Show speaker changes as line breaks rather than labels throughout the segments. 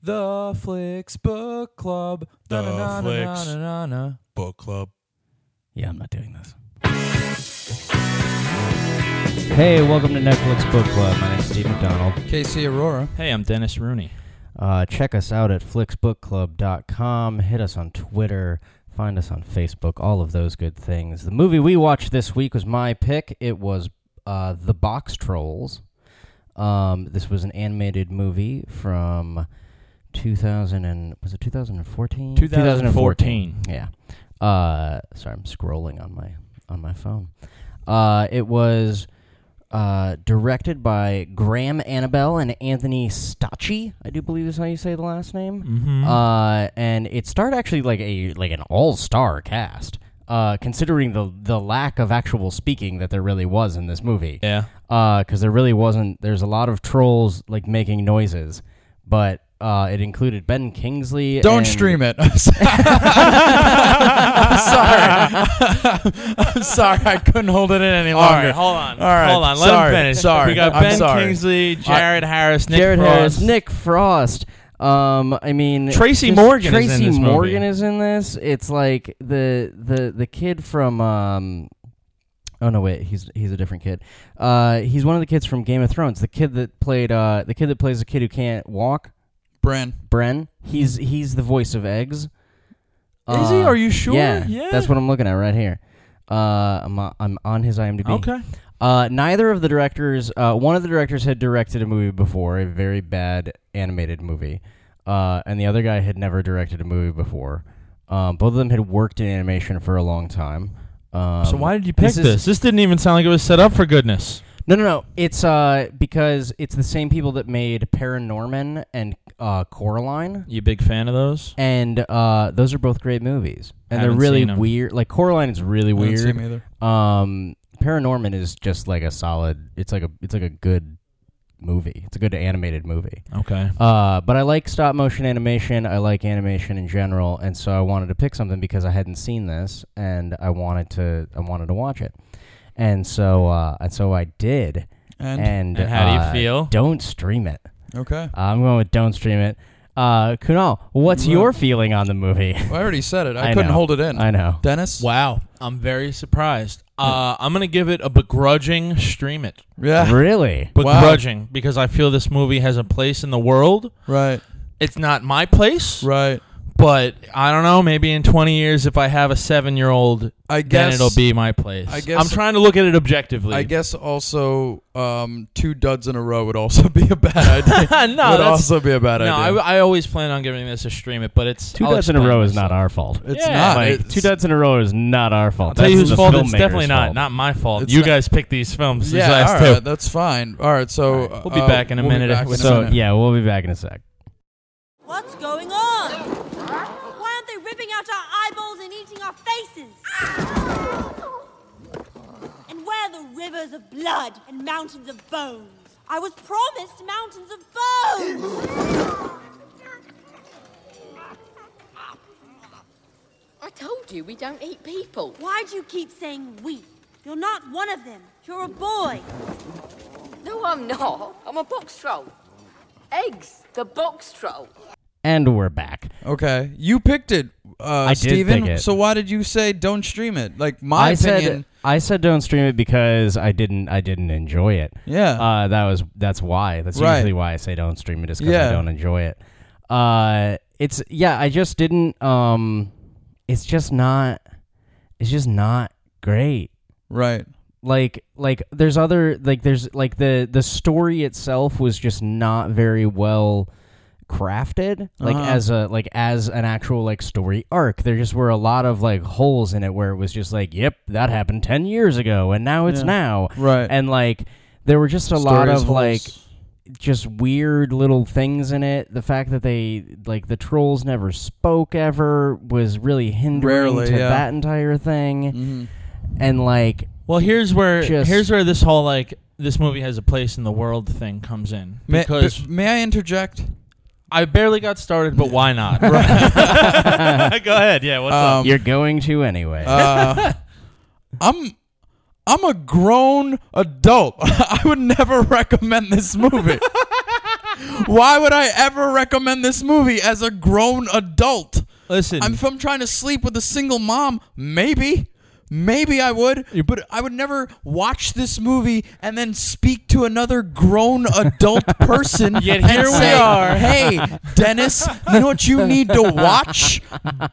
The Flicks Book Club.
The
Na-na-na-na-na-na-na.
Flicks. Book club.
Yeah, I'm not doing this. Hey, welcome to Netflix Book Club. My name's Steve McDonald.
KC Aurora.
Hey, I'm Dennis Rooney.
Uh, check us out at flicksbookclub.com. Hit us on Twitter. Find us on Facebook. All of those good things. The movie we watched this week was my pick. It was uh, The Box Trolls. Um, this was an animated movie from 2000 and was it 2014?
2014.
Yeah. Uh, sorry, I'm scrolling on my on my phone. Uh, it was uh, directed by Graham Annabelle and Anthony Stacci. I do believe is how you say the last name.
Mm-hmm.
Uh, and it starred actually like a like an all star cast. Uh, considering the the lack of actual speaking that there really was in this movie,
yeah.
because there really wasn't. There's a lot of trolls like making noises, but uh, it included Ben Kingsley.
Don't
and-
stream it. I'm sorry. I'm sorry. I couldn't hold it in any
All right,
longer.
hold on.
All right,
Hold on. Let
sorry,
him finish.
sorry,
We got
I'm
Ben
sorry.
Kingsley, Jared Harris, Nick
Jared
Frost.
Harris, Nick Frost. Um, I mean,
Tracy
just-
Morgan is in
Tracy
this movie.
Morgan is in this. It's like the the the kid from. Um, oh no, wait, he's he's a different kid. Uh, he's one of the kids from Game of Thrones. The kid that played uh, the kid that plays the kid who can't walk,
Bren.
Bren. He's he's the voice of Eggs.
Is he?
Uh,
Are you sure?
Yeah,
Yeah.
that's what I'm looking at right here. Uh, I'm on, I'm on his IMDb.
Okay.
Uh, neither of the directors, uh, one of the directors had directed a movie before, a very bad animated movie, uh, and the other guy had never directed a movie before. Um, both of them had worked in animation for a long time. Um,
so why did you pick this?
is-
This, didn't even sound like it was set up for goodness.
No, no, no. It's uh, because it's the same people that made Paranorman and uh, Coraline,
You big fan of those?
and uh, those are both great movies, and
Haven't
they're really
seen 'em.
weird. Like Coraline is really
I didn't see
weird.
him either.
Um, Paranorman is just like a solid. It's like a it's like a good movie. It's a good animated movie.
Okay.
Uh, but I like stop motion animation. I like animation in general, and so I wanted to pick something because I hadn't seen this, and I wanted to I wanted to watch it, and so uh, and so I did.
And,
And,
And how do you
uh,
feel?
Don't stream it.
okay.
I'm going with don't stream it. Uh, Kunal, what's
Well-
your feeling on the movie?
Well, I already said it. I,
I
couldn't
know.
hold it in.
I know.
Dennis.
Wow. I'm very surprised.
Hmm.
Uh, I'm going to give it a begrudging stream it.
Yeah.
Really?
Wow.
Begrudging because I feel this movie has a place in the world.
Right.
It's not my place,
Right.
but I don't know. Maybe in 20 years, if I have a seven year old,
I
then
guess
it'll be my place.
I guess-
I'm trying to look at it objectively.
I guess also um, two duds in a row would also be a bad idea.
no,
would
that's,
also be a bad
no. I,
idea.
I always plan on giving this a stream it, but it's
Two
I'll
duds in a
explain
row is
myself.
not our fault.
it's
Yeah.
not.
like
It's-
two duds in a row is not our fault.
I'll tell you
That's
whose
the
fault it's
filmmaker's
definitely not.
fault.
Not my fault.
It's
you
not-
guys picked these films. These
Yeah,
last
all
two.
right, that's fine. All right, so
All right, we'll be
uh,
back in a
we'll
minute
Be back
if we-
in a
So
minute.
yeah, we'll be back in a sec.
What's going on? Why aren't they ripping out our eyeballs and eating our faces? And where are the rivers of blood and mountains of bones? I was promised mountains of bones!
I told you we don't eat people.
Why do you keep saying we? You're not one of them. You're a boy.
No, I'm not. I'm a box troll. Eggs, the box troll.
And we're back.
Okay, you picked it, uh,
I did
Steven.
pick it.
So why did you say don't stream it? Like my
I
opinion.
said I said don't stream it because I didn't I didn't enjoy it.
Yeah.
Uh, that was that's why. That's
Right.
usually why I say don't stream it is because
Yeah.
I don't enjoy it. Uh, it's yeah, I just didn't um it's just not it's just not great.
right.
like like there's other like there's like the the story itself was just not very well crafted like
Uh-huh.
as a like as an actual like story arc there just were a lot of like holes in it where it was just like yep that happened 10 years ago and now it's
Yeah.
now
Right.
and like there were just a lot
Stories
of like
holes.
just weird little things in it the fact that they like the trolls never spoke ever was really hindering
Rarely,
to
yeah. Mm-hmm.
that entire thing and like
Well, here's where
Just-
here's where this whole like this movie has a place in the world thing comes in
May,
because
b- may I interject?
I barely got started, but why not? Go ahead. Yeah. What's up?
Um,
you're going to anyway
uh, I'm I'm a grown adult. I would never recommend this movie. Why would I ever recommend this movie as a grown adult?
Listen,
I'm, if I'm trying to sleep with a single mom, maybe. Maybe I would,
You-
but I would never watch this movie and then speak to another grown adult person.
Yet
and
here we
say,
are.
Hey, Dennis, you know what you need to watch?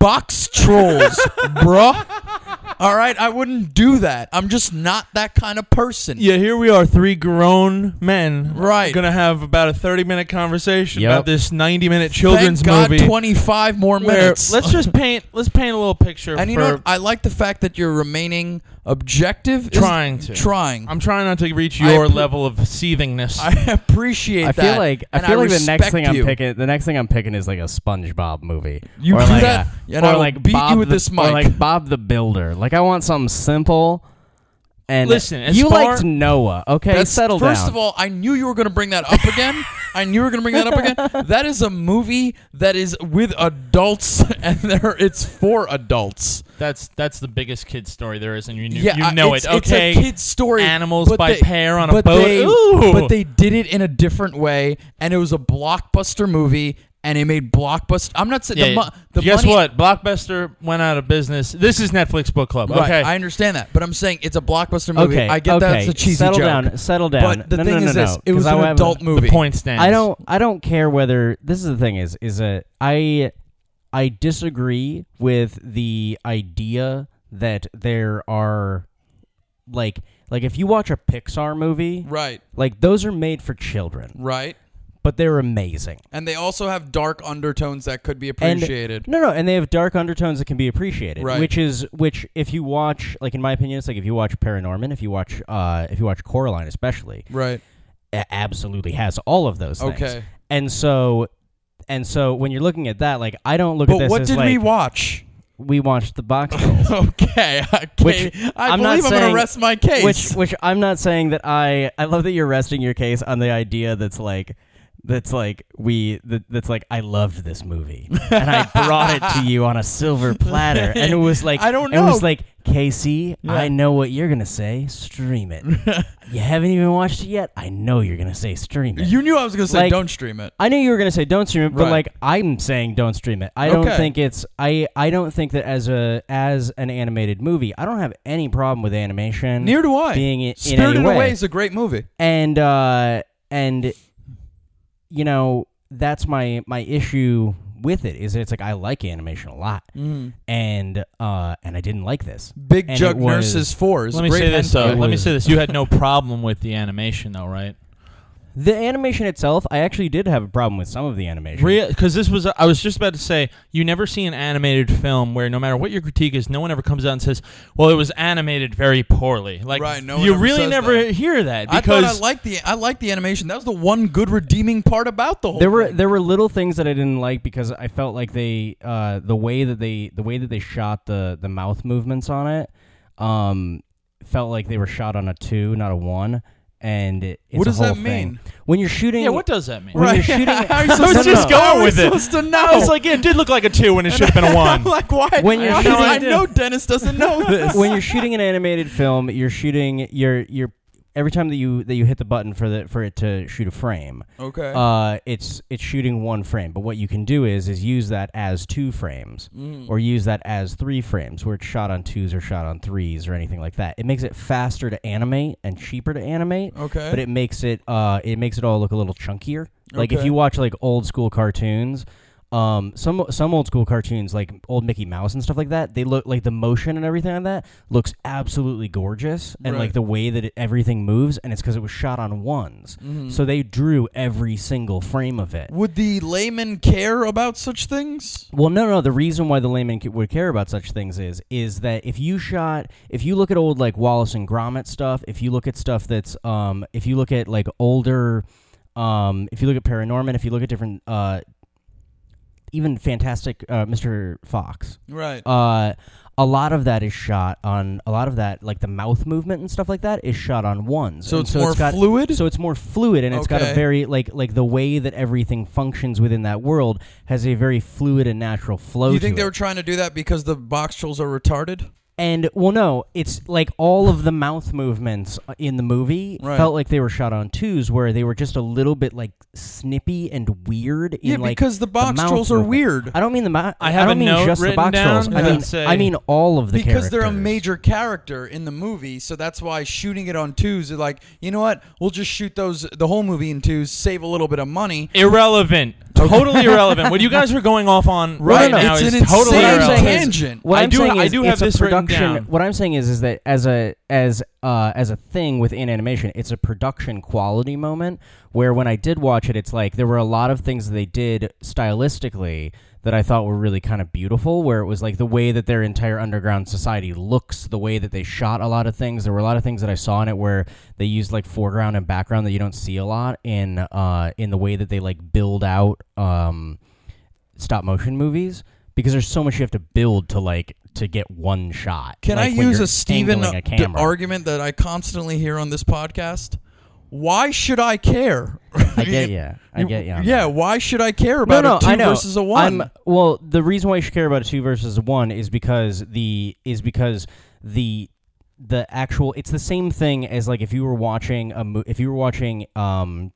Box Trolls, bruh. All right, I wouldn't do that. I'm just not that kind of person.
yeah, here we are, three grown men,
Right.
Gonna have about a thirty-minute conversation
Yep.
about this ninety-minute
Thank
children's
God,
movie.
25
where-
more minutes.
let's just paint. Let's paint a little picture.
and you
for-
know, what? I like the fact that you're remaining objective. Is-
Trying to.
trying.
I'm trying not to reach
I
your
appre-
level of seethingness.
I appreciate
I
that.
feel like I
and
feel like the next
respect
thing
you.
I'm picking the next thing I'm picking is like a SpongeBob movie.
You
or
do
like
that,
a-
and
or
I will
like
beat you
Bob
with
the,
this
or
mic.
like Bob the Builder. Like I want something simple. And
Listen, as
you
far-
liked Noah. Okay,
That's-
settle
first
down.
of all, I knew you were going to bring that up again. I knew you were going to bring that up again. That is a movie that is with adults, and there it's for adults.
That's that's the biggest kid story there is, and you knew,
yeah, I-
you know
it's,
it. Okay,
It's a kid's story.
Animals
but
by
they-
pair on a
but
boat.
They,
Ooh.
But they did it in a different way, and it was a blockbuster movie, and it made blockbuster. I'm not saying
Yeah,
the, mo-
yeah.
the
guess
money-
what? Blockbuster went out of business. This is Netflix book club.
Right,
Okay,
I understand that, but I'm saying it's a blockbuster movie.
okay,
I get
okay.
that's a cheesy
settle
joke.
down. Settle down.
But the
no,
thing
no, no,
is
no,
this: it was
'cause I
an
have a-
adult movie.
the point stands.
I don't I don't care whether this is the thing is is that I I disagree with the idea that there are like like if you watch a Pixar movie,
Right,
like those are made for children,
right.
but they're amazing.
And they also have dark undertones that could be
And-
appreciated.
no, no, and they have dark undertones that can be appreciated,
Right.
which is which if you watch like in my opinion it's like if you watch Paranorman, if you watch uh if you watch Coraline especially,
right.
a- absolutely has all of those things.
Okay.
And so and so when you're looking at that, like I don't look at
But
this
what
as
did
like
we watch?
we watched the box trolls.
Okay. I,
Which
can't- I
am
believe
not
I'm
saying,
going to rest my case.
Which which I'm not saying that I I love that you're resting your case on the idea that's like that's like we that, that's like I loved this movie and I brought it to you on a silver platter and it was like
I don't
It was
know.
like Casey, I know what you're gonna say. Stream it. you haven't even watched it yet. I know you're gonna say stream it.
you knew I was going to say
like-
don't stream it.
I knew you were gonna say don't stream it, but
Right.
like I'm saying don't stream it. I don't
Okay.
think it's I I don't think that as a as an animated movie, I don't have any problem with animation.
Near do I.
being in, in
Spirited
any way.
Away is a great movie.
and uh and you know that's my my issue with it is it's like I like animation a lot, and uh and I didn't like this.
Mm. Big
And
Jug
it was-
Nurses 4 is
Let
a
me
great
say this
hentai.
though.
It
Let me
was-
say this. You had no problem with the animation though, right?
The animation itself, I actually did have a problem with some of the animation.
Because this was, I was just about to say, you never see an animated film where, no matter what your critique is, no one ever comes out and says, "Well, it was animated very poorly." Like,
Right, no one
you
ever
really
says
never
that.
hear that
I thought I
because
liked the I liked the animation. That was the one good redeeming part about the whole.
there were
thing.
there were little things that I didn't like because I felt like they uh, the way that they the way that they shot the the mouth movements on it um, felt like they were shot on a two, not a one. And it, it's
What
a
does that
whole thing.
mean?
When you're shooting,
yeah, what does that mean?
when
Right.
you're shooting,
I was
No, no,
supposed
no.
to go
How are we
with it.
supposed
to know.
I was like, yeah, it did look like a two when it should have been a one.
I'm like, why?
Oh. When you're
I,
shooting-
I know Dennis doesn't know this.
when you're shooting an animated film, you're shooting you're you're every time that you that you hit the button for the for it to shoot a frame.
Okay.
Uh, it's it's shooting one frame, but what you can do is is use that as two frames,
Mm.
or use that as three frames, where it's shot on twos or shot on threes or anything like that. It makes it faster to animate and cheaper to animate.
Okay.
but it makes it uh it makes it all look a little chunkier. Like if
Okay.
you watch like old school cartoons, um, some some old school cartoons like old Mickey Mouse and stuff like that, they look like the motion and everything like that looks absolutely gorgeous, and
Right.
like the way that it, everything moves, and it's because it was shot on ones,
Mm-hmm.
so they drew every single frame of it.
Would the layman care about such things?
Well, no, no. The reason why the layman c- would care about such things is, is that if you shot, if you look at old like Wallace and Gromit stuff, if you look at stuff that's, um, if you look at like older, um, if you look at Paranorman, if you look at different, uh, even Fantastic uh, Mr. Fox,
Right.
uh, a lot of that is shot on a lot of that like the mouth movement and stuff like that is shot on ones.
So
And
it's more
got-
fluid?
So it's more fluid, and it's got a
Okay.
very like like the way that everything functions within that world has a very fluid and natural flow.
you think they
to it.
were trying to do that because the box trolls are retarded?
And well, no, it's like all of the mouth movements uh, in the movie
Right.
felt like they were shot on twos, where they were just a little bit like snippy and weird. In,
Yeah,
like,
because the box
mouth
trolls are
movement.
weird.
I don't mean the. Mo-
I
I,
have a
don't mean
note
just the
written
box trolls.
down
I
that
mean,
say-
I mean all of the
because they're a
characters.
major character in the movie, so that's why shooting it on twos is like, you know what? We'll just shoot those the whole movie in twos, save a little bit of money.
Irrelevant. Totally irrelevant. What you guys are going off on right
no, no.
now
It's
is
an
totally
insane
what I'm
irrelevant.
saying is-
tangent.
What
I
I'm
do-
saying
I
is
do
it's
have
a
this written
production.
down.
What I'm saying is, is that as a as uh, as a thing within animation, it's a production quality moment. Where when I did watch it, it's like there were a lot of things that they did stylistically that I thought were really kind of beautiful. Where it was like the way that their entire underground society looks, the way that they shot a lot of things. There were a lot of things that I saw in it where they used like foreground and background that you don't see a lot in uh, in the way that they like build out. Um, stop motion movies because there's so much you have to build to like to get one shot.
Can
Like,
I
when
use
you're
a Steven uh,
angling a
d-
camera.
argument that I constantly hear on this podcast? Why should I care?
I get ya. I get ya on
Yeah,
that.
why should I care
no,
about
no,
a 2
I know.
versus a one?
I'm- well, the reason why you should care about a two versus a one is because the is because the the actual it's the same thing as like if you were watching a mo- if you were watching um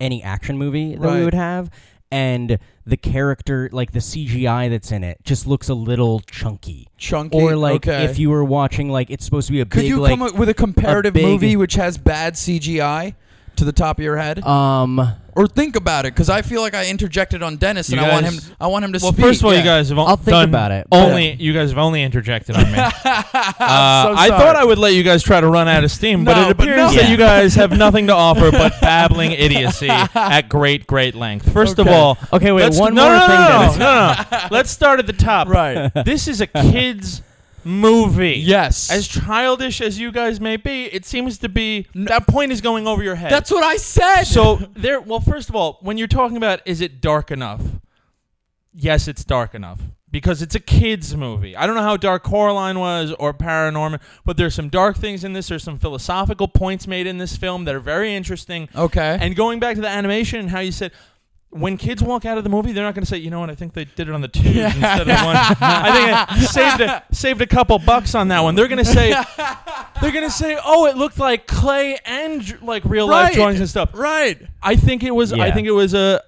any action movie that
Right.
we would have and the character like the CGI that's in it just looks a little chunky.
Chunky.
or like
okay.
if you were watching like it's supposed to be a
could
big
you
like
come up with a comparative
big-
movie which has bad CGI to the top of your head?
um
or think about it, because I feel like I interjected on Dennis,
You
and I want
guys-
him. I want him to
Well,
speak.
first of all,
yeah.
you guys have
I'll think
done
about it, but-
Only you guys have only interjected on me. Uh, I
sorry.
thought I would let you guys try to run out of steam, but
No,
it
but
appears
no.
that you guys have nothing to offer but babbling idiocy at great, great length. First of
Okay.
all,
Okay, wait,
let's-
one
no,
more
no, no,
thing,
No,
Dennis.
no, no, no. Let's start at the top.
Right.
This is a kids' movie.
Yes.
As childish as you guys may be, it seems to be that point is going over your head.
That's what I said.
So there. Well, first of all, when you're talking about is it dark enough? Yes, it's dark enough because it's a kids movie. I don't know how dark Coraline was or Paranorman, but there's some dark things in this. There's some philosophical points made in this film that are very
Oh,
interesting.
okay,
And going back to the animation and how you said. When kids walk out of the movie, they're not going to say, "You know what? I think they did it on the twos instead of the one." I think I saved a, saved a couple bucks on that one. They're going to say, "They're going to say, oh, it looked like clay and dr- like real life
Right.
drawings and stuff."
right.
I think it was. I
Yeah.
think it was a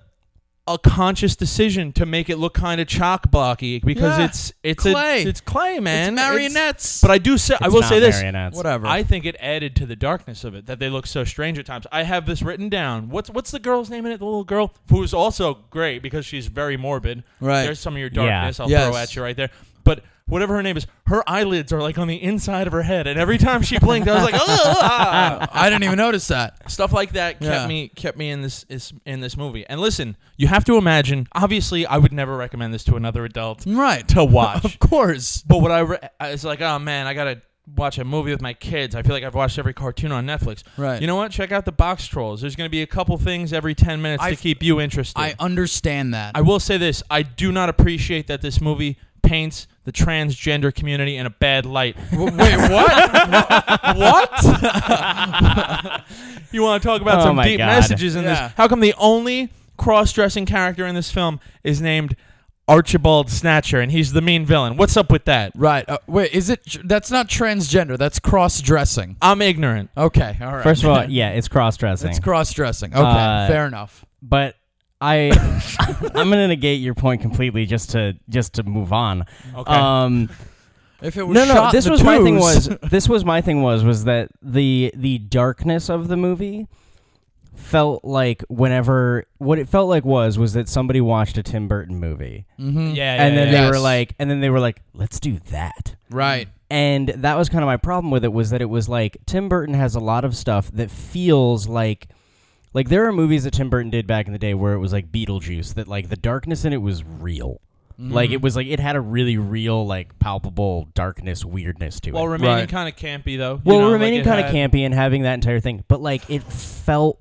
a conscious decision to make it look kind of chalk blocky because
Yeah.
it's it's
Clay.
A, it's clay, man.
it's marionettes.
but I do say I
It's
will
not
say this.
marionettes.
whatever.
I think it added to the darkness of it that they look so strange at times. I have this written down. What's what's the girl's name in it? The little girl who's also great because she's very morbid.
Right.
There's some of your
Yeah.
darkness I'll
Yes.
throw at you right there. But whatever her name is, her eyelids are like on the inside of her head, and every time she blinked, I was like, "Ugh."
I didn't even notice that.
stuff like that kept
Yeah.
me kept me in this is in this movie. And listen, you have to imagine. Obviously, I would never recommend this to another adult
Right.
to watch.
Of course.
but what I, re- I was like, oh man, I gotta watch a movie with my kids. I feel like I've watched every cartoon on Netflix.
Right.
You know what? Check out the Box Trolls. There's gonna be a couple things every ten minutes to
I've-
keep you interested.
I understand that.
I will say this: I do not appreciate that this movie paints the transgender community in a bad light.
W- Wait, what? what?
You want to talk about
Oh
some
my
deep
God.
messages in
Yeah.
this? How come the only cross-dressing character in this film is named Archibald Snatcher and he's the mean villain? What's up with that?
Right. Uh, wait, is it? tr- That's not transgender. That's cross dressing.
I'm ignorant.
Okay. All right.
First of all, yeah, it's cross dressing.
it's cross dressing. Okay.
Uh,
fair enough.
but I I'm gonna negate your point completely just to just to move on.
Okay.
Um
If it was
no,
shot
no.
in
This
the
was my thing.
twos-
Was this was my thing? Was was that the the darkness of the movie felt like whenever what it felt like was was that somebody watched a Tim Burton movie
Yeah, yeah,
Hmm. and
yeah.
then they were
Mm. Yes.
like and then they were like let's do that
right.
and that was kind of my problem with it was that it was like Tim Burton has a lot of stuff that feels like like there are movies that Tim Burton did back in the day where it was like Beetlejuice that like the darkness in it was real.
Mm-hmm.
Like it was like it had a really real like palpable darkness weirdness to it.
While remaining
Right.
kind of campy though. you
well,
know, like
remaining
it
kind of
had-
campy and having that entire thing, but like it felt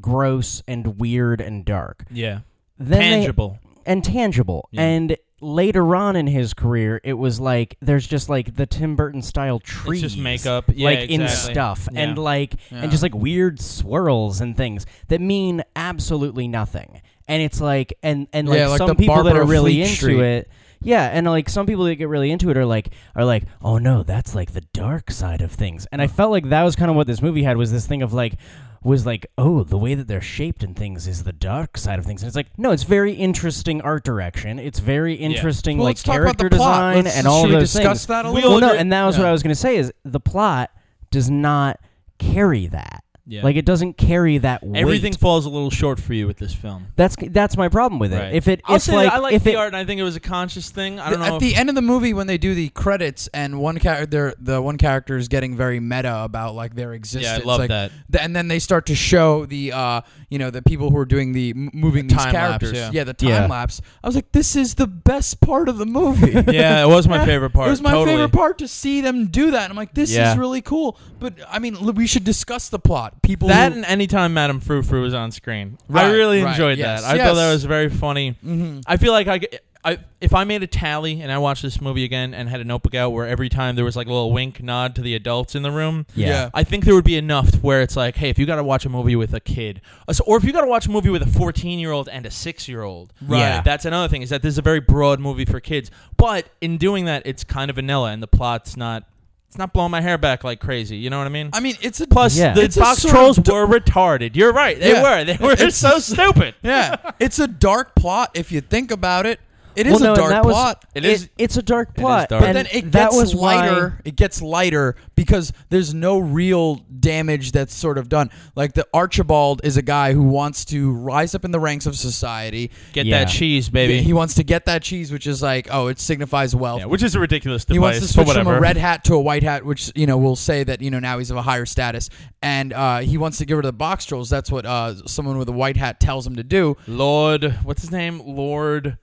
gross and weird and dark.
Yeah,
Then they-
tangible.
and tangible.
Yeah.
And later on in his career, it was like there's just like the Tim Burton style trees,
makeup. Yeah,
like in
exactly.
stuff,
Yeah.
and like
Yeah.
and just like weird swirls and things that mean absolutely nothing. And it's like and and like
Yeah, like
some
the
people that
Barbara
are really
Fleet
into
Street.
it. Yeah, and like some people that get really into it are like are like, "Oh no, that's like the dark side of things." And I felt like that was kind of what this movie had was this thing of like was like, "Oh, the way that they're shaped and things is the dark side of things." And it's like, "No, it's very interesting art direction. It's very interesting
Well,
like
let's talk about
character
the plot.
design
Let's-
and all
should we
those
discuss
things."
that a
We
little?
all
well, no,
agree-
and that was what
yeah.
I was going to say is the plot does not carry that.
Yeah.
Like it doesn't carry that weight.
Everything falls a little short for you with this film.
That's that's my problem with it.
Right.
If it
I'll
if
say
like
that I like
if
the
it,
art, and I think it was a conscious thing. I don't know.
At
if-
the end of the movie, when they do the credits, and one character, the one character is getting very meta about like their existence.
love
like,
that.
th- and then they start to show the, uh, you know, the people who are doing the m- moving these
time lapse,
characters.
yeah.
the time
Yeah.
lapse. I was like, this is the best part of the movie.
yeah, it was my favorite part.
It was my
totally.
favorite part to see them do that. I'm like, this
Yeah.
is really cool. But I mean, l- we should discuss the plot. People
That
who-
and anytime Madame Frou Frou was on screen,
Right,
I really
right,
enjoyed
yes,
that. I thought that
yes. Mm-hmm.
was very funny. I feel like I, g- I- if I made a tally and I watched this movie again and had a notebook out where every time there was like a little wink nod to the adults in the room,
yeah.
Yeah.
I think there would be enough where it's like, hey, if you got to watch a movie with a kid, uh, so- or if you got to watch a movie with a 14 year old and a six year old,
Right. Yeah.
That's another thing is that this is a very broad movie for kids. But in doing that, it's kind of vanilla and the plot's not, it's not blowing my hair back like crazy. You know what I mean?
I mean, it's a
Plus,
Yeah.
the
It's a
box
sort of
trolls
d-
were retarded. You're right. They
Yeah.
were. They were
It's-
so stupid.
yeah, it's a dark plot if you think about it. It is
Well, no,
a
and
dark
that was-
plot.
It is-
it's a dark
is
plot.
dark.
but
and
then it
that
gets
was why-
lighter. It gets lighter because there's no real damage that's sort of done. Like the Archibald is a guy who wants to rise up in the ranks of society.
Get
Yeah.
that cheese, baby.
He wants to get that cheese, which is like, oh, it signifies wealth.
Yeah, which is a ridiculous device.
He wants to
but
switch
whatever.
from a red hat to a white hat, which you know will say that you know now he's of a higher status, and uh, he wants to give rid of the box trolls. That's what uh, someone with a white hat tells him to do.
Lord, what's his name? Lord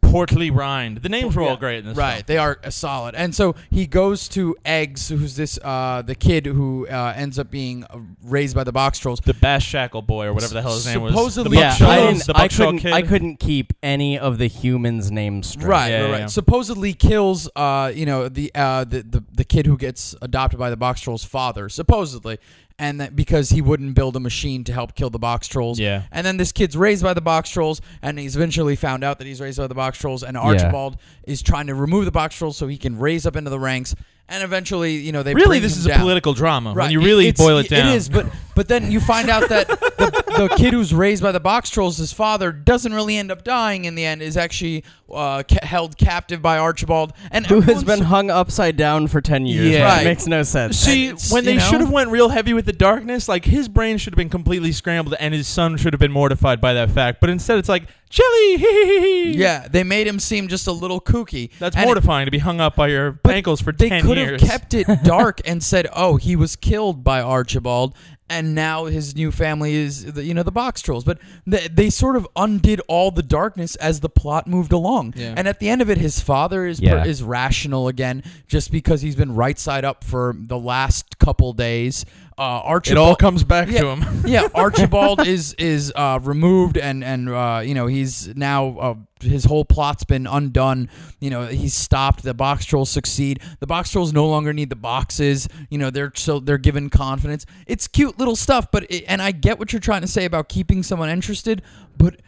Portly Rind. The names were all great in this.
Right, they are uh, solid, and so he goes to Eggs, who's this uh, the kid who uh, ends up being uh, raised by the box trolls.
The Bass Shackle Boy or whatever the hell his name was.
Supposedly-
the
yeah,
Buckshot-
I,
Buckshot-
didn't,
the
I
Buckshot
couldn't
kid.
I couldn't keep any of the humans' names straight.
Right,
Yeah,
right,
yeah,
right.
yeah.
Supposedly kills, uh, you know, the, uh, the the the kid who gets adopted by the box trolls' father, supposedly, and that because he wouldn't build a machine to help kill the box trolls.
Yeah.
And then this kid's raised by the box trolls, and he's eventually found out that he's raised by the box trolls, and Archibald is trying to remove the box trolls so he can raise up into the ranks, and eventually, you know, they
Really,
bring
this
him
is a
down.
political drama.
Right.
When you really
It's-
boil it down,
It is, but but then you find out that the, the kid who's raised by the box trolls, his father doesn't really end up dying in the end. Is actually uh, ca- held captive by Archibald, and
Who has
everyone's-
been hung upside down for ten years?
Yeah.
which
Right.
makes no sense.
See,
it's-
when
you
they
know?
should have went real heavy with the darkness, like his brain should have been completely scrambled, and his son should have been mortified by that fact. But instead, it's like chili. hee hee hee hee."
Yeah, they made him seem just a little kooky.
that's
And it-
mortifying to be hung up by your
but
ankles for
They
ten
could
years.
have kept it dark and said, "Oh, he was killed by Archibald." And now his new family is, the, you know, the box trolls. But th- they sort of undid all the darkness as the plot moved along.
Yeah.
And at the end of it, his father is
Yeah.
is rational again, just because he's been right side up for the last couple days. Uh,
it
Archibald
all comes back
yeah,
to him.
yeah, Archibald is is uh, removed and and uh, you know he's now uh, his whole plot's been undone. You know he's stopped. The box trolls succeed. The box trolls no longer need the boxes. You know they're so they're given confidence. It's cute little stuff, but it, and I get what you're trying to say about keeping someone interested, but.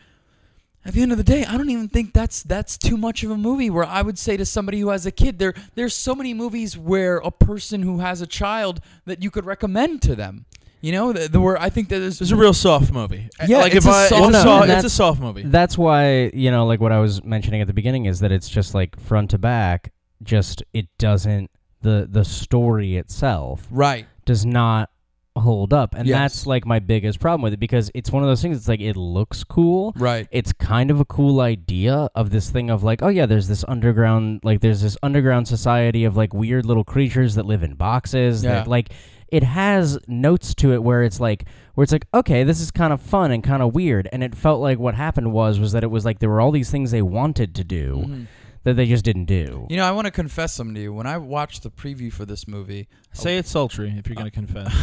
At the end of the day, I don't even think that's that's too much of a movie where I would say to somebody who has a kid, there there's so many movies where a person who has a child that you could recommend to them. You know, the, the, where I think that there's
It's a real soft movie.
Yeah,
like
it's
if
a
I-
soft-
it's,
Well,
a
no,
soft- it's
that's-
a soft movie.
That's why you know, like what I was mentioning at the beginning is that it's just like front to back. Just it doesn't the the story itself
right.
does not hold up, and
Yes.
that's like my biggest problem with it because it's one of those things. It's like it looks cool,
Right.
it's kind of a cool idea of this thing of like, oh yeah, there's this underground, like there's this underground society of like weird little creatures that live in boxes.
Yeah.
That, like it has notes to it where it's like, where it's like, okay, this is kind of fun and kind of weird. And it felt like what happened was, was that it was like there were all these things they wanted to do
Mm-hmm.
that they just didn't do.
You know, I want to confess something to you. When I watched the preview for this movie,
Say it's sultry if you're going to confess.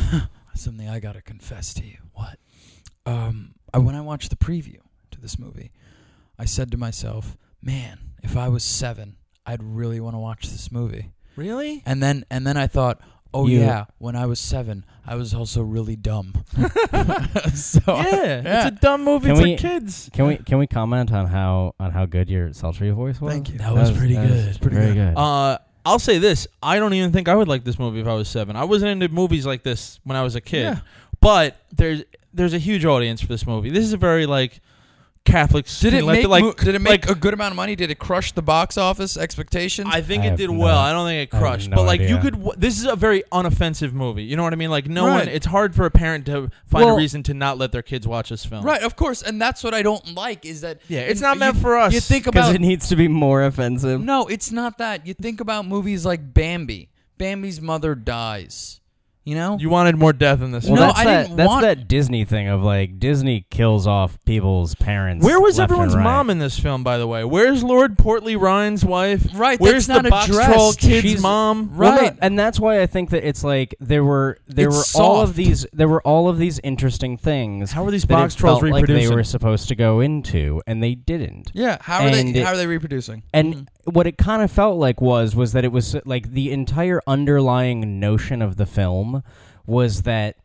something I gotta confess to you. What? Um, I, when I watched the preview to this movie, I said to myself, "Man, if I was seven, I'd really want to watch this movie."
Really?
And then and then I thought, Oh
You-
yeah, when I was seven, I was also really dumb. so
Yeah,
yeah.
it's a dumb movie
Can
for
we-
kids.
Can we can we comment on how on how good your sultry voice was?
Thank you. That was pretty good.
pretty very good.
Uh, I'll say this: I don't even think I would like this movie if I was seven. I wasn't into movies like this when I was a kid.
Yeah.
But there's there's a huge audience for this movie. This is a very like Catholic.
did it
screenplay,
make
like
mo- did it make
like,
a good amount of money? Did it crush the box office expectations?
I think
I
it
have
did
no-
well. I don't think it
I have
crushed,
no
but like you
idea.
could. W- this is a very unoffensive movie. You know what I mean? Like no one.
Right.
It's hard for a parent to find
Well-
a reason to not let their kids watch this film.
right, of course, and that's what I don't like is that
Yeah, it's
and
not meant
you-
for us.
You think
Because
about
it needs to be more offensive.
No, it's not that. You think about movies like Bambi. Bambi's mother dies. You know?
You wanted more death in this.
Well,
film.
No,
that's
I
that,
didn't
that's
want-
that Disney thing of like Disney kills off people's parents.
Where was
left and
everyone's
right.
mom in this film, by the way? Where's Lord Portly Ryan's wife?
Right,
Where's
that's not
the box
addressed.
troll kid's
She's-
mom?
Right.
Well, no, and that's why I think that it's like there were there
It's
were all of
soft.
these there were all of these interesting things.
How are these
that
box
it
trolls
felt like they
reproducing?
were supposed to go into, and they didn't.
yeah, how are
And
they
it-
how are they reproducing?
And what it kind of felt like was was that it was like the entire underlying notion of the film was that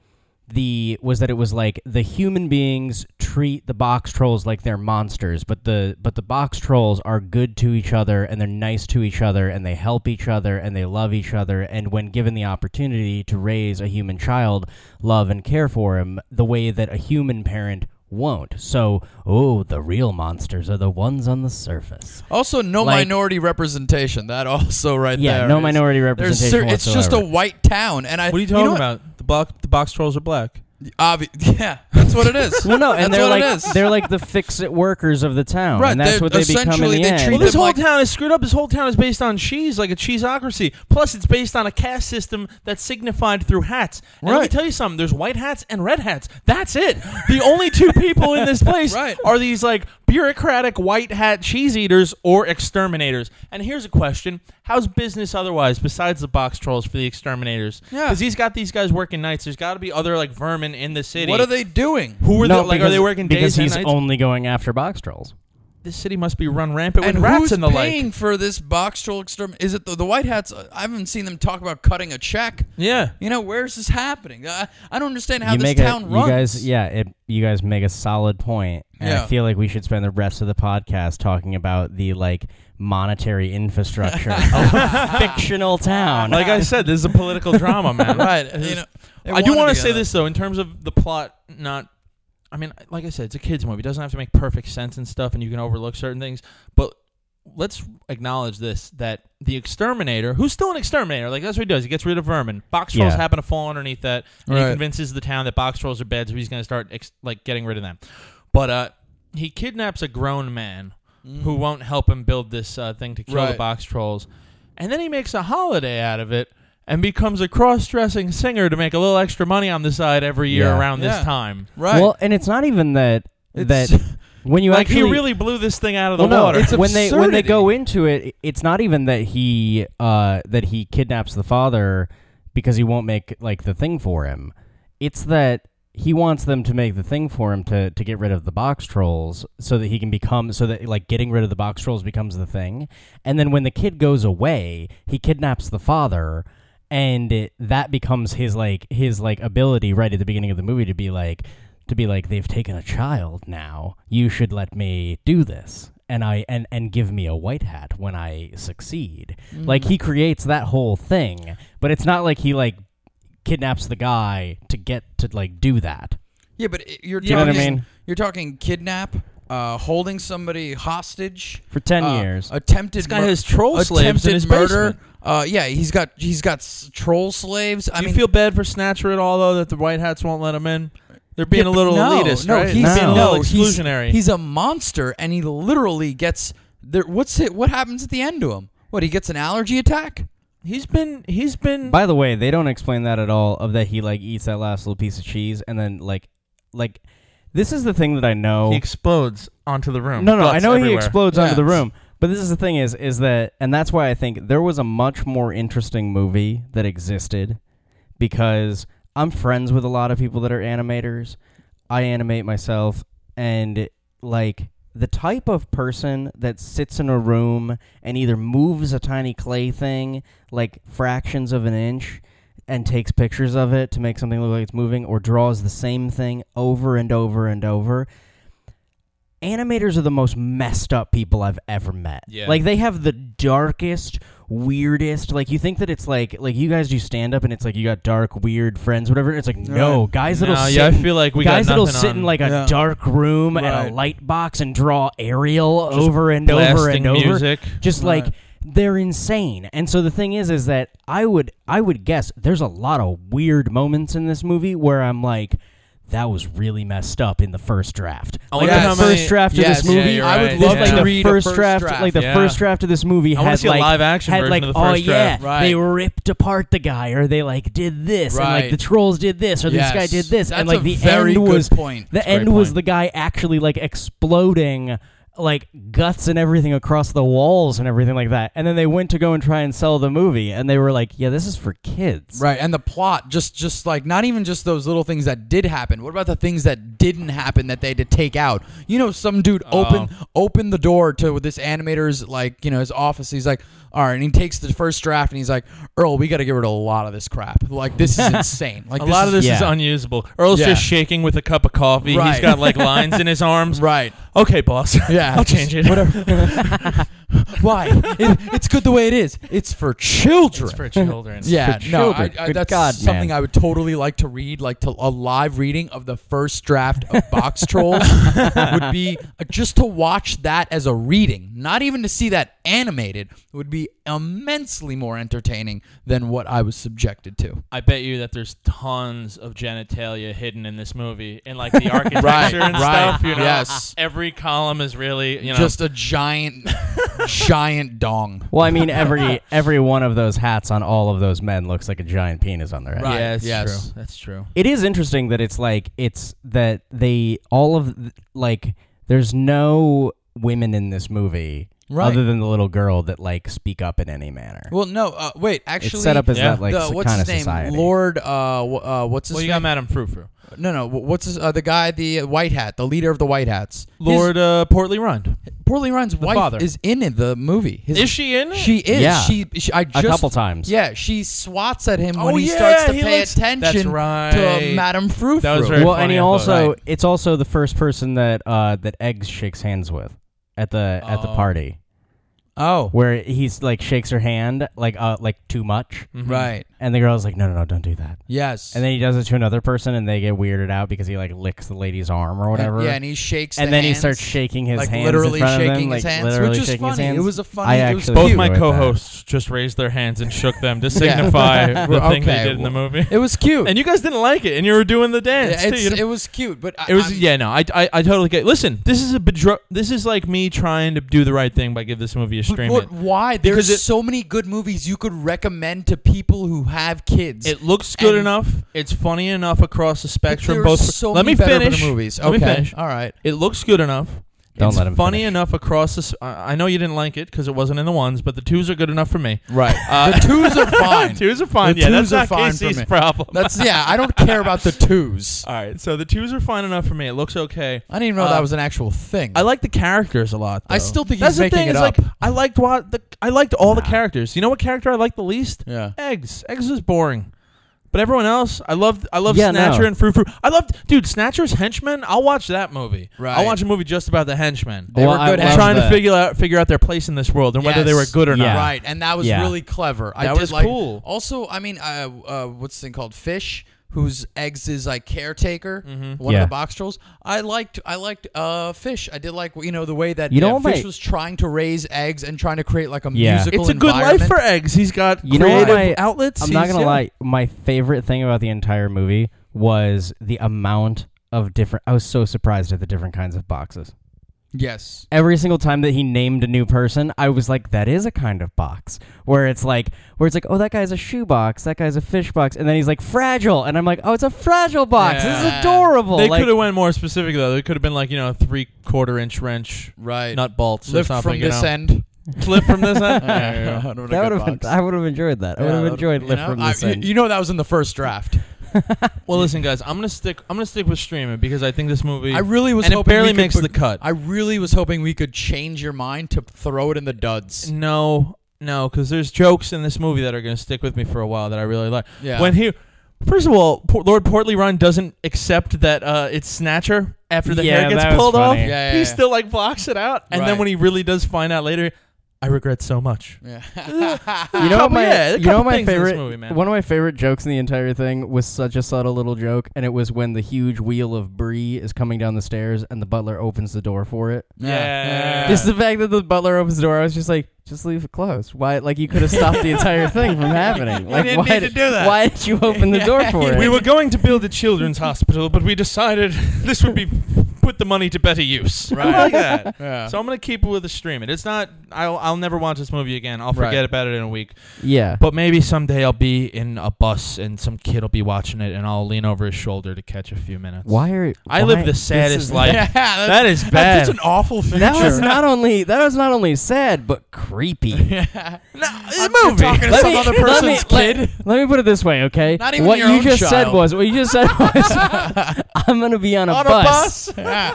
the was that it was like the human beings treat the box trolls like they're monsters, but the but the box trolls are good to each other and they're nice to each other and they help each other and they love each other and when given the opportunity to raise a human child, love and care for him the way that a human parent won't. So, oh, the real monsters are the ones on the surface.
Also, no
Like-
minority representation. That also right
Yeah,
there.
no
is-
minority
there's
representation
it's just a
whatsoever.
white town, and I.
What are you
know
talking
what?
about? The box the box trolls are black.
Obvi- yeah, that's what it is.
Well, no, and
that's
they're
what
like
it is.
they're like the fix-it workers of the town,
Right,
and that's
they're-
what they become in
essentially
the
they
end.
treat
Well, this
them
whole
like-
town is screwed up. This whole town is based on cheese, like a cheeseocracy. Plus, it's based on a caste system that's signified through hats. And let me
Right.
tell you something: there's white hats and red hats. That's it. The only two people in this place
Right.
are these like bureaucratic white hat cheese eaters or exterminators. And here's a question: How's business otherwise besides the box trolls for the exterminators?
Yeah.
because he's got these guys working nights. There's got to be other like vermin in the city.
what are they doing?
Who are they?
no,
Like,
because,
are they working
because
days and
he's
nights?
only going after box trolls.
this city must be run rampant
and
with rats
who's
and the
paying
like.
for this box troll extermin? Is it the, the White Hats? Uh, I haven't seen them talk about cutting a check.
Yeah.
You know, where's this happening? I, I don't understand how
you
this
make
town
a,
runs.
You guys, yeah, it, you guys make a solid point, and
Yeah.
I feel like we should spend the rest of the podcast talking about the like monetary infrastructure of a fictional town.
Like I said, this is a political drama, man.
right. You know, they
I do
want
want
it
to say
together.
this though, in terms of the plot, not. I mean, like I said, it's a kids' movie. It doesn't have to make perfect sense and stuff, and you can overlook certain things. But let's acknowledge this: that the exterminator, who's still an exterminator, like that's what he does. He gets rid of vermin. Box trolls
Yeah.
happen to fall underneath that, and
Right.
he convinces the town that box trolls are bad, so he's going to start ex- like getting rid of them. But uh, he kidnaps a grown man
Mm.
who won't help him build this uh, thing to kill the
Right.
box trolls. And then he makes a holiday out of it and becomes a cross dressing singer to make a little extra money on the side every year
Yeah.
around
Yeah.
this time.
Right.
Well, and it's not even that
It's-
that when you
like,
actually
he really blew this thing out of the
Well, no,
water.
it's a-
when they when they
absurdity.
go into it, it's not even that he uh, that he kidnaps the father because he won't make like the thing for him. It's that he wants them to make the thing for him to to get rid of the box trolls so that he can become so that like getting rid of the box trolls becomes the thing. And then when the kid goes away, he kidnaps the father and it, that becomes his like his like ability right at the beginning of the movie to be like to be like they've taken a child now you should let me do this and i and and give me a white hat when i succeed like he creates that whole thing but it's not like he like kidnaps the guy to get to like do that
yeah, but it- you're
You know
talking,
what I mean?
You're talking kidnap, uh, holding somebody hostage
For 10
uh,
years.
Attempted
This guy
mur-
has troll slaves in
attempted
his
murder.
basement.
Uh, yeah, he's got he's got s- troll slaves. I
you
mean,
feel bad for Snatcher at all, though, that the White Hats won't let him in? They're being
Yeah,
a little
but no,
elitist,
no,
right?
He's,
No.
being a
no,
little
he's-
exclusionary.
He's, a monster, and he literally gets there. What's it? What happens at the end to him? What he gets an allergy attack?
he's been he's been
by the way they don't explain that at all of that he like eats that last little piece of cheese and then like like this is the thing that i know
he explodes onto the room.
No, no, I
Guts
know he
everywhere.
explodes
Yeah.
onto the room. But this is the thing is is that and that's why I think there was a much more interesting movie that existed because I'm friends with a lot of people that are animators. I animate myself and like the type of person that sits in a room and either moves a tiny clay thing like fractions of an inch and takes pictures of it to make something look like it's moving or draws the same thing over and over and over. Animators are the most messed up people I've ever met.
Yeah.
Like they have the darkest, weirdest. Like you think that it's like like you guys do stand up and it's like you got dark, weird friends, whatever. It's like no,
Right.
guys that'll
No,
sit
yeah, I
in-
feel like we got
guys that'll
nothing
sit
on.
in like a
Yeah.
dark room and
Right.
a light box and draw Ariel over and over
blasting
and over.
music.
Just
Right.
like they're insane. And so the thing is is that I would I would guess there's a lot of weird moments in this movie where I'm like that was really messed up in the first draft.
I
Like
wonder
the
how
first
many-
draft
yes,
of this movie,
yeah, you're
I
right.
would
this,
love
Yeah.
like
to
the
read
first
a first
draft, like the
Yeah.
first draft of this movie
I wanna
had
see a
like
live-action
had
version
like
of the
oh
first
yeah,
draft."
they
Right.
ripped apart the guy, or they like did this, and like
Right.
the trolls did this, or
Yes.
this guy did this,
That's
and like
a
the
very
end
good
was
point.
the
a great
end was
point.
the guy actually like exploding like guts and everything across the walls and everything like that. And then they went to go and try and sell the movie, and they were like, yeah, this is for kids,
Right, and the plot just just like not even just those little things that did happen. What about the things that didn't happen that they had to take out? You know, some dude
Oh.
open opened the door to this animator's like you know his office. He's like, all right, and he takes the first draft and he's like, Earl, we got to get rid of a lot of this crap. Like this is insane. Like
a lot of this is
yeah.
unusable. Earl's
Yeah.
just shaking with a cup of coffee. He's
Right.
got like lines in his arms.
right.
Okay, boss.
Yeah,
I'll
just
change it.
Whatever. Why? It, it's good the way it is. It's for children.
It's for children.
Yeah,
for
no, I,
children.
I,
Good
that's
God,
something
man.
I would totally like to read, like to a live reading of the first draft of Box Trolls would be uh, just to watch that as a reading, not even to see that animated would be immensely more entertaining than what I was subjected to.
I bet you that there's tons of genitalia hidden in this movie, and like the architecture
Right,
and
right,
stuff. You know,
yes.
every column is really you know
Just a giant, giant dong.
Well, I mean, every every one of those hats on all of those men looks like a giant penis on their head.
Right.
Yeah, it's
yes.
true. That's true.
It is interesting that it's like it's that they all of th- like there's no women in this movie
Right.
other than the little girl that like speak up in any manner.
Well, no, uh, wait, actually,
it's set up as
Yeah.
that like
the,
so-
what's
kind
his
of
name?
society.
Lord, uh, wh- uh, what's his
Well, you got
name?
Madame Frou Frou,
no, no, wh- what's his, uh, the guy, the uh, white hat, the leader of the white hats, His-
Lord uh, Portly Rund.
Poorly Ryan's wife
father.
is in it, the movie. His-
Is she in? it?
She is.
Yeah.
She, she. I just
couple times.
Yeah. She swats at him
Oh,
when he
yeah,
starts to
he
pay
looks-
attention
That's
to
right.
Madame Frou
That was
Frou.
very
well,
funny,
and he
I thought.
also
Right.
it's also the first person that uh that Eggs shakes hands with at the at the
Oh.
party
Oh,
where he's like shakes her hand like uh like too much
Mm-hmm.
right.
and the girl's like no no no don't do that.
Yes.
And then he does it to another person, and they get weirded out because he like licks the lady's arm or whatever.
yeah, and he shakes.
And
the
then he
hands,
starts shaking his
like
hands. in
literally
front of them,
shaking
like,
his hands,
literally
which is
shaking his
funny. It
hands.
was a funny-
I
it was
actually
Both
cute.
my
enjoyed that.
co-hosts just raised their hands and shook them to
Yeah.
signify the
We're-
thing
okay,
they did in the
well,
movie.
It was cute.
and you guys didn't like it, and you were doing the dance. too,
Yeah, it's-
you know?
it was cute, but I,
It was
I'm-
yeah no I, I I totally get listen this is a bedro- this is like me trying to do the right thing by give this movie a
But,
stream
what-
it.
why? There's
Because it-
so many good movies you could recommend to people who have kids.
It looks good
And-
enough it's funny enough across the
there
spectrum
are
both
so
let
many
me
better
finish
movies.
let
Okay.
me finish
All right.
it looks good enough
Don't
it's
let him
funny
finish.
enough across this I I know you didn't like it because it wasn't in the ones but the twos are good enough for me
Right.
Uh,
the twos are fine.
twos are fine
The
yeah
twos
that's
are
not
fine for
Casey's
me.
problem
That's yeah. I don't care about the twos.
all right so the twos are fine enough for me it looks okay
I didn't even know
Uh,
that was an actual thing.
I like the characters a lot. Though.
I still think
that's
he's
the
making
thing.
it
is
up.
like I liked what the I liked all the characters. You know what character I liked the least?
Yeah.
Eggs. Eggs was boring. But everyone else, I loved. I loved
Yeah,
Snatcher
no.
and Frou Frou. I loved, dude. Snatcher's henchmen. I'll watch that movie.
Right.
I'll watch a movie just about the henchmen.
They
Well,
were
I
good
love
at-
trying
that.
to figure out figure out their place in this world and whether they were
Yes.
good or
Yeah.
not.
Right, and that was
Yeah.
really clever. I
That
did
was
like,
cool.
Also, I mean, uh, uh, what's the thing called? Fish, whose eggs is like caretaker,
Mm-hmm.
one of
Yeah.
the box trolls. I liked, I liked uh, Fish. I did like, you know, the way that
You
uh,
know,
Fish
like-
was trying to raise eggs and trying to create like a
Yeah.
musical.
It's a good life
environment.
for eggs. He's got
You know
creative
what I-
outlets.
I'm not
He's-
gonna
yeah.
lie. My favorite thing about the entire movie was the amount of different. I was so surprised at the different kinds of boxes.
Yes,
Every single time that he named a new person, I was like, "That is a kind of box." Where it's like, where it's like, "Oh, that guy's a shoe box. That guy's a fish box." And then he's like, "Fragile," and I'm like, "Oh, it's a fragile box. This
Yeah.
is adorable."
They
Like-
could have went more specific though. They could have been like you know three quarter inch wrench
right.
nut bolts or
lift
something.
from
you
this
know.
end.
Clip from this end.
What a
That
good
would have
box.
been. I would have enjoyed that. I
Yeah,
would
that
have
would-
enjoyed
you
lift
know?
from
I-
this
you-
end.
You know, that was in the first draft.
Well, listen, guys, I'm gonna stick. I'm gonna stick with streaming because I think this movie.
I really was
and it
hoping
barely
we could
makes
put-
the cut.
I really was hoping we could change your mind to throw it in the duds.
no, No, because there's jokes in this movie that are going to stick with me for a while that I really like.
Yeah.
When he, first of all, Por- Lord Portly Run doesn't accept that uh, it's Snatcher after the
Yeah,
hair gets
that was
pulled off.
funny.
Yeah, yeah,
he
yeah.
still like blocks it out, and
Right.
then when he really does find out later, I regret so much.
You know what
Couple-
my
yeah, a
you know
couple
what my
things in this
favorite
movie, man.
one of my favorite jokes in the entire thing was such a subtle little joke, and it was when the huge wheel of brie is coming down the stairs and the butler opens the door for it.
Yeah.
Just the fact that the butler opens the door, I was just like, just leave it closed. Why? Like you could have stopped the entire thing from happening. Like
didn't
why
need
did,
to do that.
Why did you open the door for it?
We were going to build a children's hospital, but we decided this would be put the money to better use. I
Right.
like that.
Yeah.
So I'm gonna keep it with the streaming. It's not. I'll, I'll never watch this movie again. I'll
Right.
forget about it in a week.
yeah.
But maybe someday I'll be in a bus and some kid will be watching it, and I'll lean over his shoulder to catch a few minutes.
Why are
I
why-
live the
this
saddest
is-
life.
Yeah, that's-
that is bad.
That's such an awful future.
That was not only that was not only sad but creepy.
Uh, movie.
talking to
Let
some
me-
other
let me-
person's
let-
kid.
Let me put it this way, okay?
Not even
what
your
you
own
just said
child.
was what you just said was I'm gonna be on a bus.
Yeah.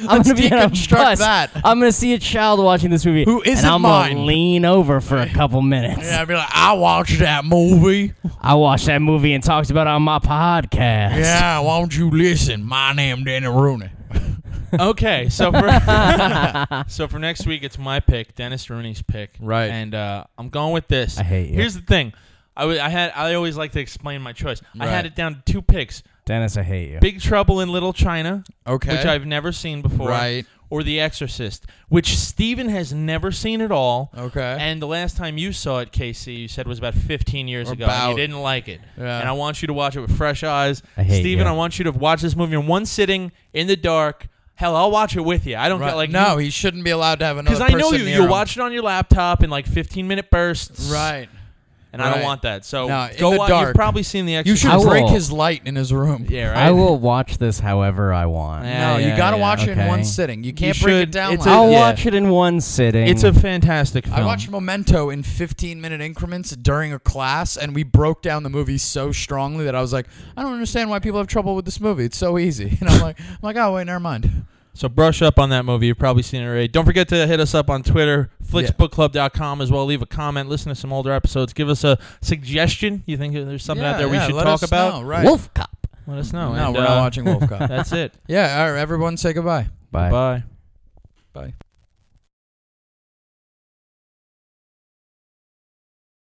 I'm gonna
Let's
be on a
deconstruct
bus.
that.
I'm gonna see a child watching this movie
Who isn't
and I'm
mine.
gonna lean over for a couple minutes.
Yeah, I'd be like, I watched that movie.
I watched that movie and talked about it on my podcast.
Yeah, won't you listen? My name Danny Rooney.
okay, so for so for next week, it's my pick, Dennis Rooney's pick,
Right.
And uh, I'm going with this.
I hate you.
Here's the thing, I wa- I had I always like to explain my choice. I
Right.
had it down to two picks:
Dennis, I hate you.
Big Trouble in Little China,
Okay.
which I've never seen before,
Right.
Or The Exorcist, which Steven has never seen at all.
Okay.
And the last time you saw it, KC, you said was about 15 years ago. And
About.
you didn't like it.
Yeah.
And I want you to watch it with fresh eyes.
I hate
Steven, I
you.
want you to watch this movie in one sitting in the dark. Hell, I'll watch it with you. I don't
Right.
feel like
no, he shouldn't be allowed to have another
Because I know
person
you,
near
you'll
him.
watch it on your laptop in like 15 minute bursts.
Right.
And I don't
Right.
want that. So
No, in
go
the
watch.
dark.
You've probably seen The
You
Exorcist.
should
I will-
break his light in his room.
Yeah, right.
I will watch this however I want.
Yeah.
No, you gotta watch it in
okay.
one sitting. You can't
You
break it
should-
down
it's
like
a-
I'll
Yeah.
watch it in one sitting.
It's a fantastic film.
I watched Memento in 15 minute increments during a class, and we broke down the movie so strongly that I was like, I don't understand why people have trouble with this movie. It's so easy. And I'm like, I'm like, oh wait, never mind.
So brush up on that movie. You've probably seen it already. Don't forget to hit us up on Twitter, flicksbookclub.com as well. Leave a comment. Listen to some older episodes. Give us a suggestion. You think there's something out there we should
let
talk
us
about?
know, right?
Wolf Cop.
Let us know.
No,
And,
we're
uh,
not watching Wolf Cop.
That's it.
yeah, all right, everyone, say goodbye.
Bye.
Bye.
Bye.